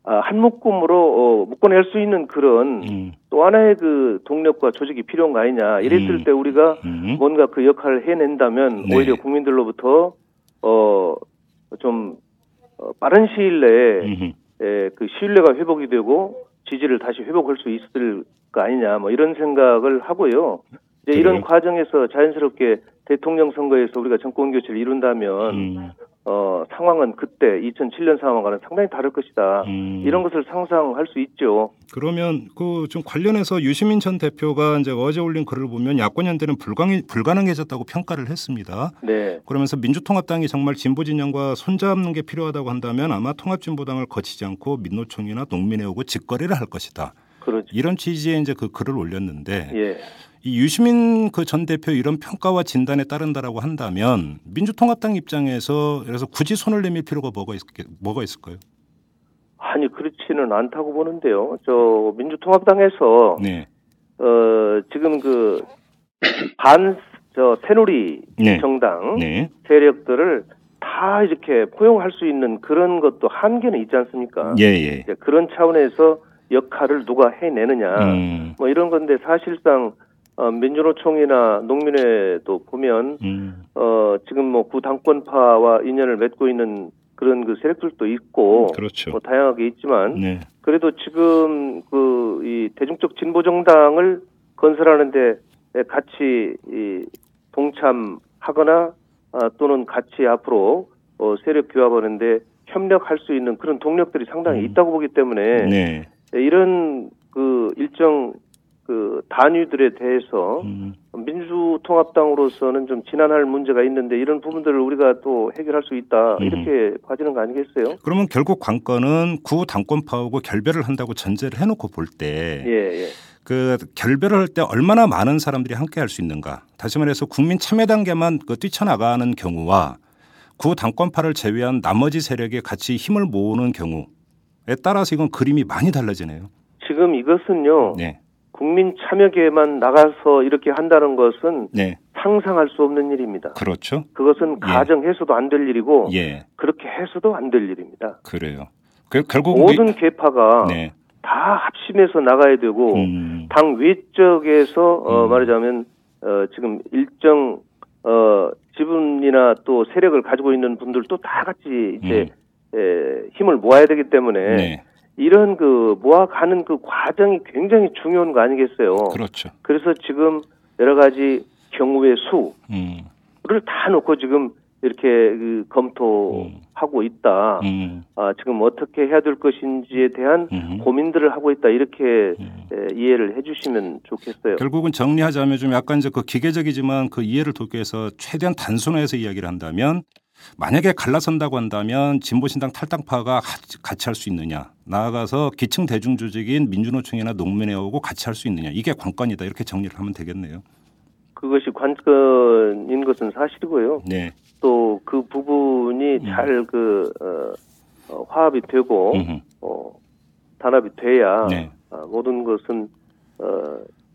H: 아, 한묶음으로 어, 묶어낼 수 있는 그런
B: 음,
H: 또 하나의 그 동력과 조직이 필요한 거 아니냐. 이랬을
B: 음.
H: 때 우리가
B: 음.
H: 뭔가 그 역할을 해낸다면
B: 네.
H: 오히려 국민들로부터 어, 어좀 어, 빠른 시일 내에
B: 음흠.
H: 에, 그 신뢰가 회복이 되고 지지를 다시 회복할 수 있을 거 아니냐 뭐 이런 생각을 하고요. 이제
B: 그래요?
H: 이런 과정에서 자연스럽게 대통령 선거에서 우리가 정권 교체를 이룬다면
B: 음,
H: 어 상황은 그때 2007년 상황과는 상당히 다를 것이다.
B: 음.
H: 아, 이런 것을 상상할 수 있죠.
B: 그러면 그 좀 관련해서 유시민 전 대표가 이제 어제 올린 글을 보면 야권 연대는 불가능 불가능해졌다고 평가를 했습니다.
H: 네.
B: 그러면서 민주통합당이 정말 진보 진영과 손잡는 게 필요하다고 한다면 아마 통합진보당을 거치지 않고 민노총이나 농민회하고 직거래를 할 것이다.
H: 그렇죠.
B: 이런 취지의 이제 그 글을 올렸는데
H: 예.
B: 이 유시민 그 전 대표 이런 평가와 진단에 따른다라고 한다면 민주통합당 입장에서 그래서 굳이 손을 내밀 필요가 뭐가 있 뭐가 있을까요?
H: 아니 그렇지는 않다고 보는데요. 저 민주통합당에서
B: 네,
H: 어 지금 그 반 저 새누리
B: 네.
H: 정당
B: 네,
H: 세력들을 다 이렇게 포용할 수 있는 그런 것도 한계는 있지 않습니까?
B: 예, 예.
H: 이제 그런 차원에서 역할을 누가 해내느냐
B: 음,
H: 뭐 이런 건데 사실상 어, 민주노총이나 농민회도 보면
B: 음,
H: 어 지금 뭐 구당권파와 인연을 맺고 있는 그런 그 세력들도 있고
B: 그렇죠.
H: 뭐 다양하게 있지만
B: 네,
H: 그래도 지금 그 이 대중적 진보 정당을 건설하는데 같이 이 동참하거나 아, 또는 같이 앞으로 어, 세력 규합하는데 협력할 수 있는 그런 동력들이 상당히 있다고 보기 때문에
B: 음. 네,
H: 이런 그 일정 그 단위들에 대해서
B: 음,
H: 민주통합당으로서는 좀 지난할 문제가 있는데 이런 부분들을 우리가 또 해결할 수
B: 음.
H: 있다 이렇게 봐지는 거 아니겠어요?
B: 그러면 결국 관건은 구 당권파하고 결별을 한다고 전제를 해놓고 볼 때
H: 예, 예.
B: 그 결별을 할 때 얼마나 많은 사람들이 함께 할 수 있는가. 다시 말해서 국민 참여 단계만 그 뛰쳐나가는 경우와 구 당권파를 제외한 나머지 세력에 같이 힘을 모으는 경우에 따라서 이건 그림이 많이 달라지네요.
H: 지금 이것은요.
B: 네.
H: 국민 참여계만 나가서 이렇게 한다는 것은
B: 네.
H: 상상할 수 없는 일입니다.
B: 그렇죠.
H: 그것은 가정해서도 안 될 일이고
B: 예.
H: 그렇게 해서도 안 될 일입니다.
B: 그래요. 그, 결국
H: 모든 계파가
B: 네.
H: 다 합심해서 나가야 되고
B: 음,
H: 당 외적에서 어,
B: 음.
H: 말하자면 어, 지금 일정 어, 지분이나 또 세력을 가지고 있는 분들도 다 같이 이제 에, 힘을 모아야 되기 때문에
B: 음. 네.
H: 이런 그 모아가는 그 과정이 굉장히 중요한 거 아니겠어요?
B: 그렇죠.
H: 그래서 지금 여러 가지 경우의 수를
B: 음.
H: 다 놓고 지금 이렇게 그 검토하고 있다.
B: 음,
H: 아, 지금 어떻게 해야 될 것인지에 대한
B: 음.
H: 고민들을 하고 있다. 이렇게
B: 음. 그
H: 예, 이해를 해주시면 좋겠어요.
B: 결국은 정리하자면 좀 약간 이제 그 기계적이지만 그 이해를 돕기 위해서 최대한 단순화해서 이야기를 한다면 만약에 갈라선다고 한다면 진보신당 탈당파가 하- 같이 할 수 있느냐 나아가서 기층 대중 조직인 민주노총이나 농민회하고 같이 할 수 있느냐 이게 관건이다 이렇게 정리를 하면 되겠네요.
H: 그것이 관건인 것은 사실이고요.
B: 네.
H: 또 그 부분이
B: 음.
H: 잘 그 어, 어, 화합이 되고
B: 음흠.
H: 어, 단합이 돼야
B: 네.
H: 아, 모든 것은 어,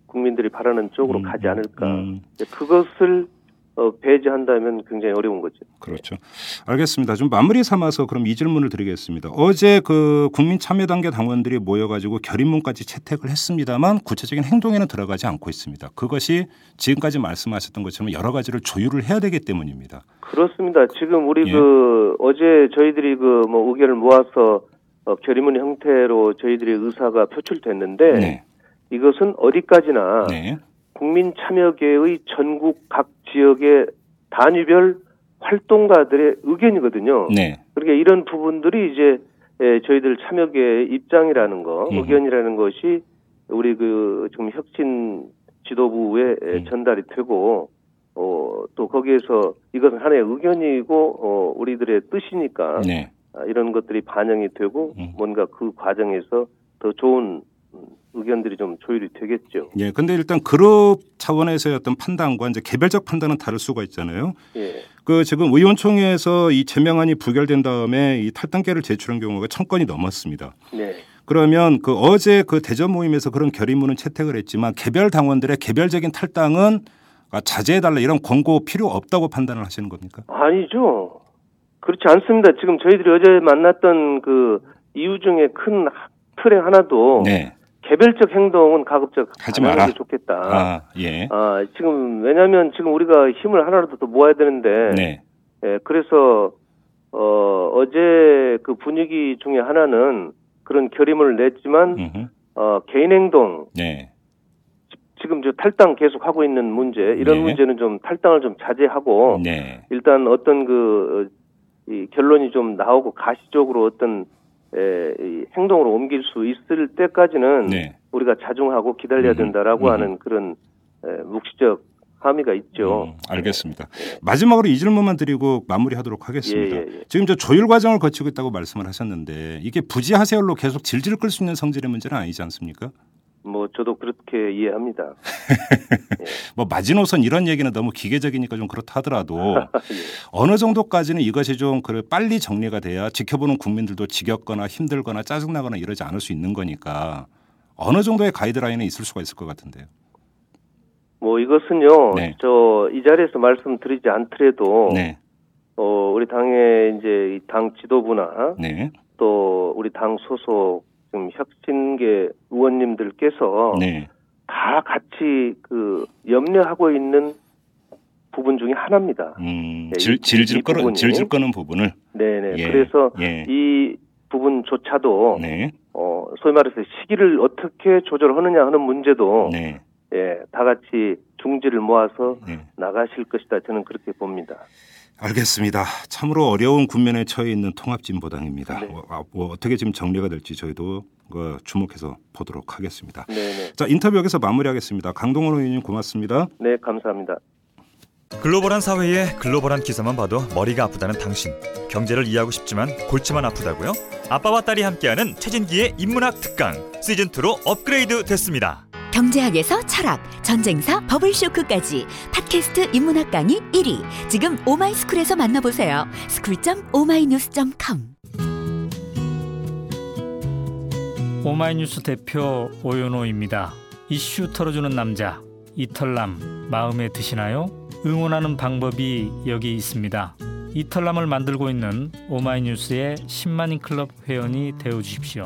H: 국민들이 바라는 쪽으로
B: 음,
H: 가지 않을까.
B: 음.
H: 이제 그것을 어, 배제한다면 굉장히 어려운 거죠.
B: 그렇죠. 알겠습니다. 좀 마무리 삼아서 그럼 이 질문을 드리겠습니다. 어제 그 국민 참여 단계 당원들이 모여가지고 결의문까지 채택을 했습니다만 구체적인 행동에는 들어가지 않고 있습니다. 그것이 지금까지 말씀하셨던 것처럼 여러 가지를 조율을 해야 되기 때문입니다.
H: 그렇습니다. 지금 우리
B: 예.
H: 그 어제 저희들이 그 뭐 의견을 모아서 어, 결의문 형태로 저희들의 의사가 표출됐는데 이것은 어디까지나
B: 네.
H: 국민 참여계의 전국 각 지역의 단위별 활동가들의 의견이거든요.
B: 네.
H: 그러니까 이런 부분들이 이제 예, 저희들 참여계의 입장이라는 거,
B: 음.
H: 의견이라는 것이 우리 그 지금 혁신 지도부에 예,
B: 음.
H: 전달이 되고 어, 또 거기에서 이것은 하나의 의견이고 어, 우리들의 뜻이니까
B: 네.
H: 아, 이런 것들이 반영이 되고
B: 음.
H: 뭔가 그 과정에서 더 좋은 음, 의견들이 좀 조율이 되겠죠.
B: 예. 근데 일단 그룹 차원에서의 어떤 판단과 이제 개별적 판단은 다를 수가 있잖아요.
H: 예.
B: 그 지금 의원총회에서 이 제명안이 부결된 다음에 이 탈당계를 제출한 경우가 천 건이 넘었습니다.
H: 네.
B: 그러면 그 어제 그 대전 모임에서 그런 결의문은 채택을 했지만 개별 당원들의 개별적인 탈당은 아, 자제해달라 이런 권고 필요 없다고 판단을 하시는 겁니까?
H: 아니죠. 그렇지 않습니다. 지금 저희들이 어제 만났던 그 이유 중에 큰 틀의 하나도
B: 네.
H: 개별적 행동은 가급적
B: 하지
H: 안 하는
B: 마라.
H: 게 좋겠다. 아.
B: 아, 예.
H: 지금 왜냐하면 지금 우리가 힘을 하나라도 더 모아야 되는데
B: 네.
H: 예, 그래서 어, 어제 그 분위기 중에 하나는 그런 결의문을 냈지만
B: 음흠.
H: 어, 개인 행동
B: 네.
H: 지금 저 탈당 계속 하고 있는 문제 이런
B: 네.
H: 문제는 좀 탈당을 좀 자제하고
B: 네.
H: 일단 어떤 그, 어, 이 결론이 좀 나오고 가시적으로 어떤 에, 이 행동으로 옮길 수 있을 때까지는
B: 네.
H: 우리가 자중하고 기다려야
B: 음,
H: 된다라고
B: 음.
H: 하는 그런 에, 묵시적 함의가 있죠.
B: 음, 알겠습니다. 마지막으로 이 질문만 드리고 마무리하도록 하겠습니다.
H: 예, 예, 예.
B: 지금 저 조율 과정을 거치고 있다고 말씀을 하셨는데 이게 부지하세율로 계속 질질 끌 수 있는 성질의 문제는 아니지 않습니까?
H: 뭐 저도 그렇게 이해합니다.
B: 뭐 마지노선 이런 얘기는 너무 기계적이니까 좀 그렇다 하더라도 어느 정도까지는 이것이 좀 그래 빨리 정리가 돼야 지켜보는 국민들도 지겹거나 힘들거나 짜증나거나 이러지 않을 수 있는 거니까 어느 정도의 가이드라인은 있을 수가 있을 것 같은데요.
H: 뭐 이것은요,
B: 네.
H: 저 이 자리에서 말씀드리지 않더라도
B: 네,
H: 어, 우리 당의 이제 이당 지도부나
B: 네,
H: 또 우리 당 소속 지금 혁신계 의원님들께서
B: 네,
H: 다 같이 그 염려하고 있는 부분 중에 하나입니다.
B: 음,
H: 네,
B: 질,
H: 이-
B: 질질
H: 이
B: 끄는
H: 부분이-
B: 질질 끄는 부분을
H: 네네.
B: 예,
H: 그래서
B: 예,
H: 이 부분조차도
B: 네,
H: 어, 소위 말해서 시기를 어떻게 조절하느냐 하는 문제도
B: 네,
H: 예, 다 같이 중지를 모아서
B: 네.
H: 나가실 것이다. 저는 그렇게 봅니다.
B: 알겠습니다. 참으로 어려운 국면에 처해 있는 통합진보당입니다.
H: 네.
B: 어, 아, 뭐 어떻게 지금 정리가 될지 저희도 어, 주목해서 보도록 하겠습니다.
H: 네네.
B: 자 인터뷰 여기서 마무리하겠습니다. 강동원 의원님 고맙습니다.
H: 네, 감사합니다.
I: 글로벌한 사회에 글로벌한 기사만 봐도 머리가 아프다는 당신. 경제를 이해하고 싶지만 골치만 아프다고요? 아빠와 딸이 함께하는 최진기의 인문학 특강 시즌 2로 업그레이드 됐습니다.
J: 경제학에서 철학, 전쟁사, 버블쇼크까지 팟캐스트 인문학 강의 1위. 지금 오마이스쿨에서 만나보세요. school.oma이뉴스.com
K: 오마이뉴스 대표 오연호입니다. 이슈 털어주는 남자 이털남 마음에 드시나요? 응원하는 방법이 여기 있습니다. 이털남을 만들고 있는 오마이뉴스의 10만인 클럽 회원이 되어 주십시오.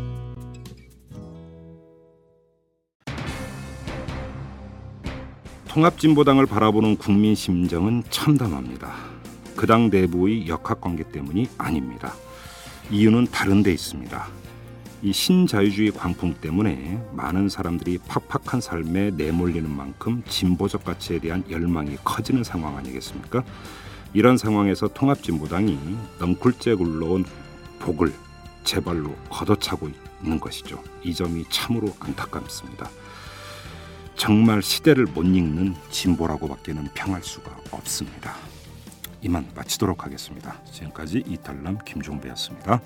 B: 통합진보당을 바라보는 국민 심정은 참담합니다. 그 당 내부의 역학관계 때문이 아닙니다. 이유는 다른 데 있습니다. 이 신자유주의 광풍 때문에 많은 사람들이 팍팍한 삶에 내몰리는 만큼 진보적 가치에 대한 열망이 커지는 상황 아니겠습니까? 이런 상황에서 통합진보당이 넝쿨째 굴러온 복을 제발로 걷어차고 있는 것이죠. 이 점이 참으로 안타깝습니다. 정말 시대를 못 읽는 진보라고밖에는 평할 수가 없습니다. 이만 마치도록 하겠습니다. 지금까지 이탈남 김종배였습니다.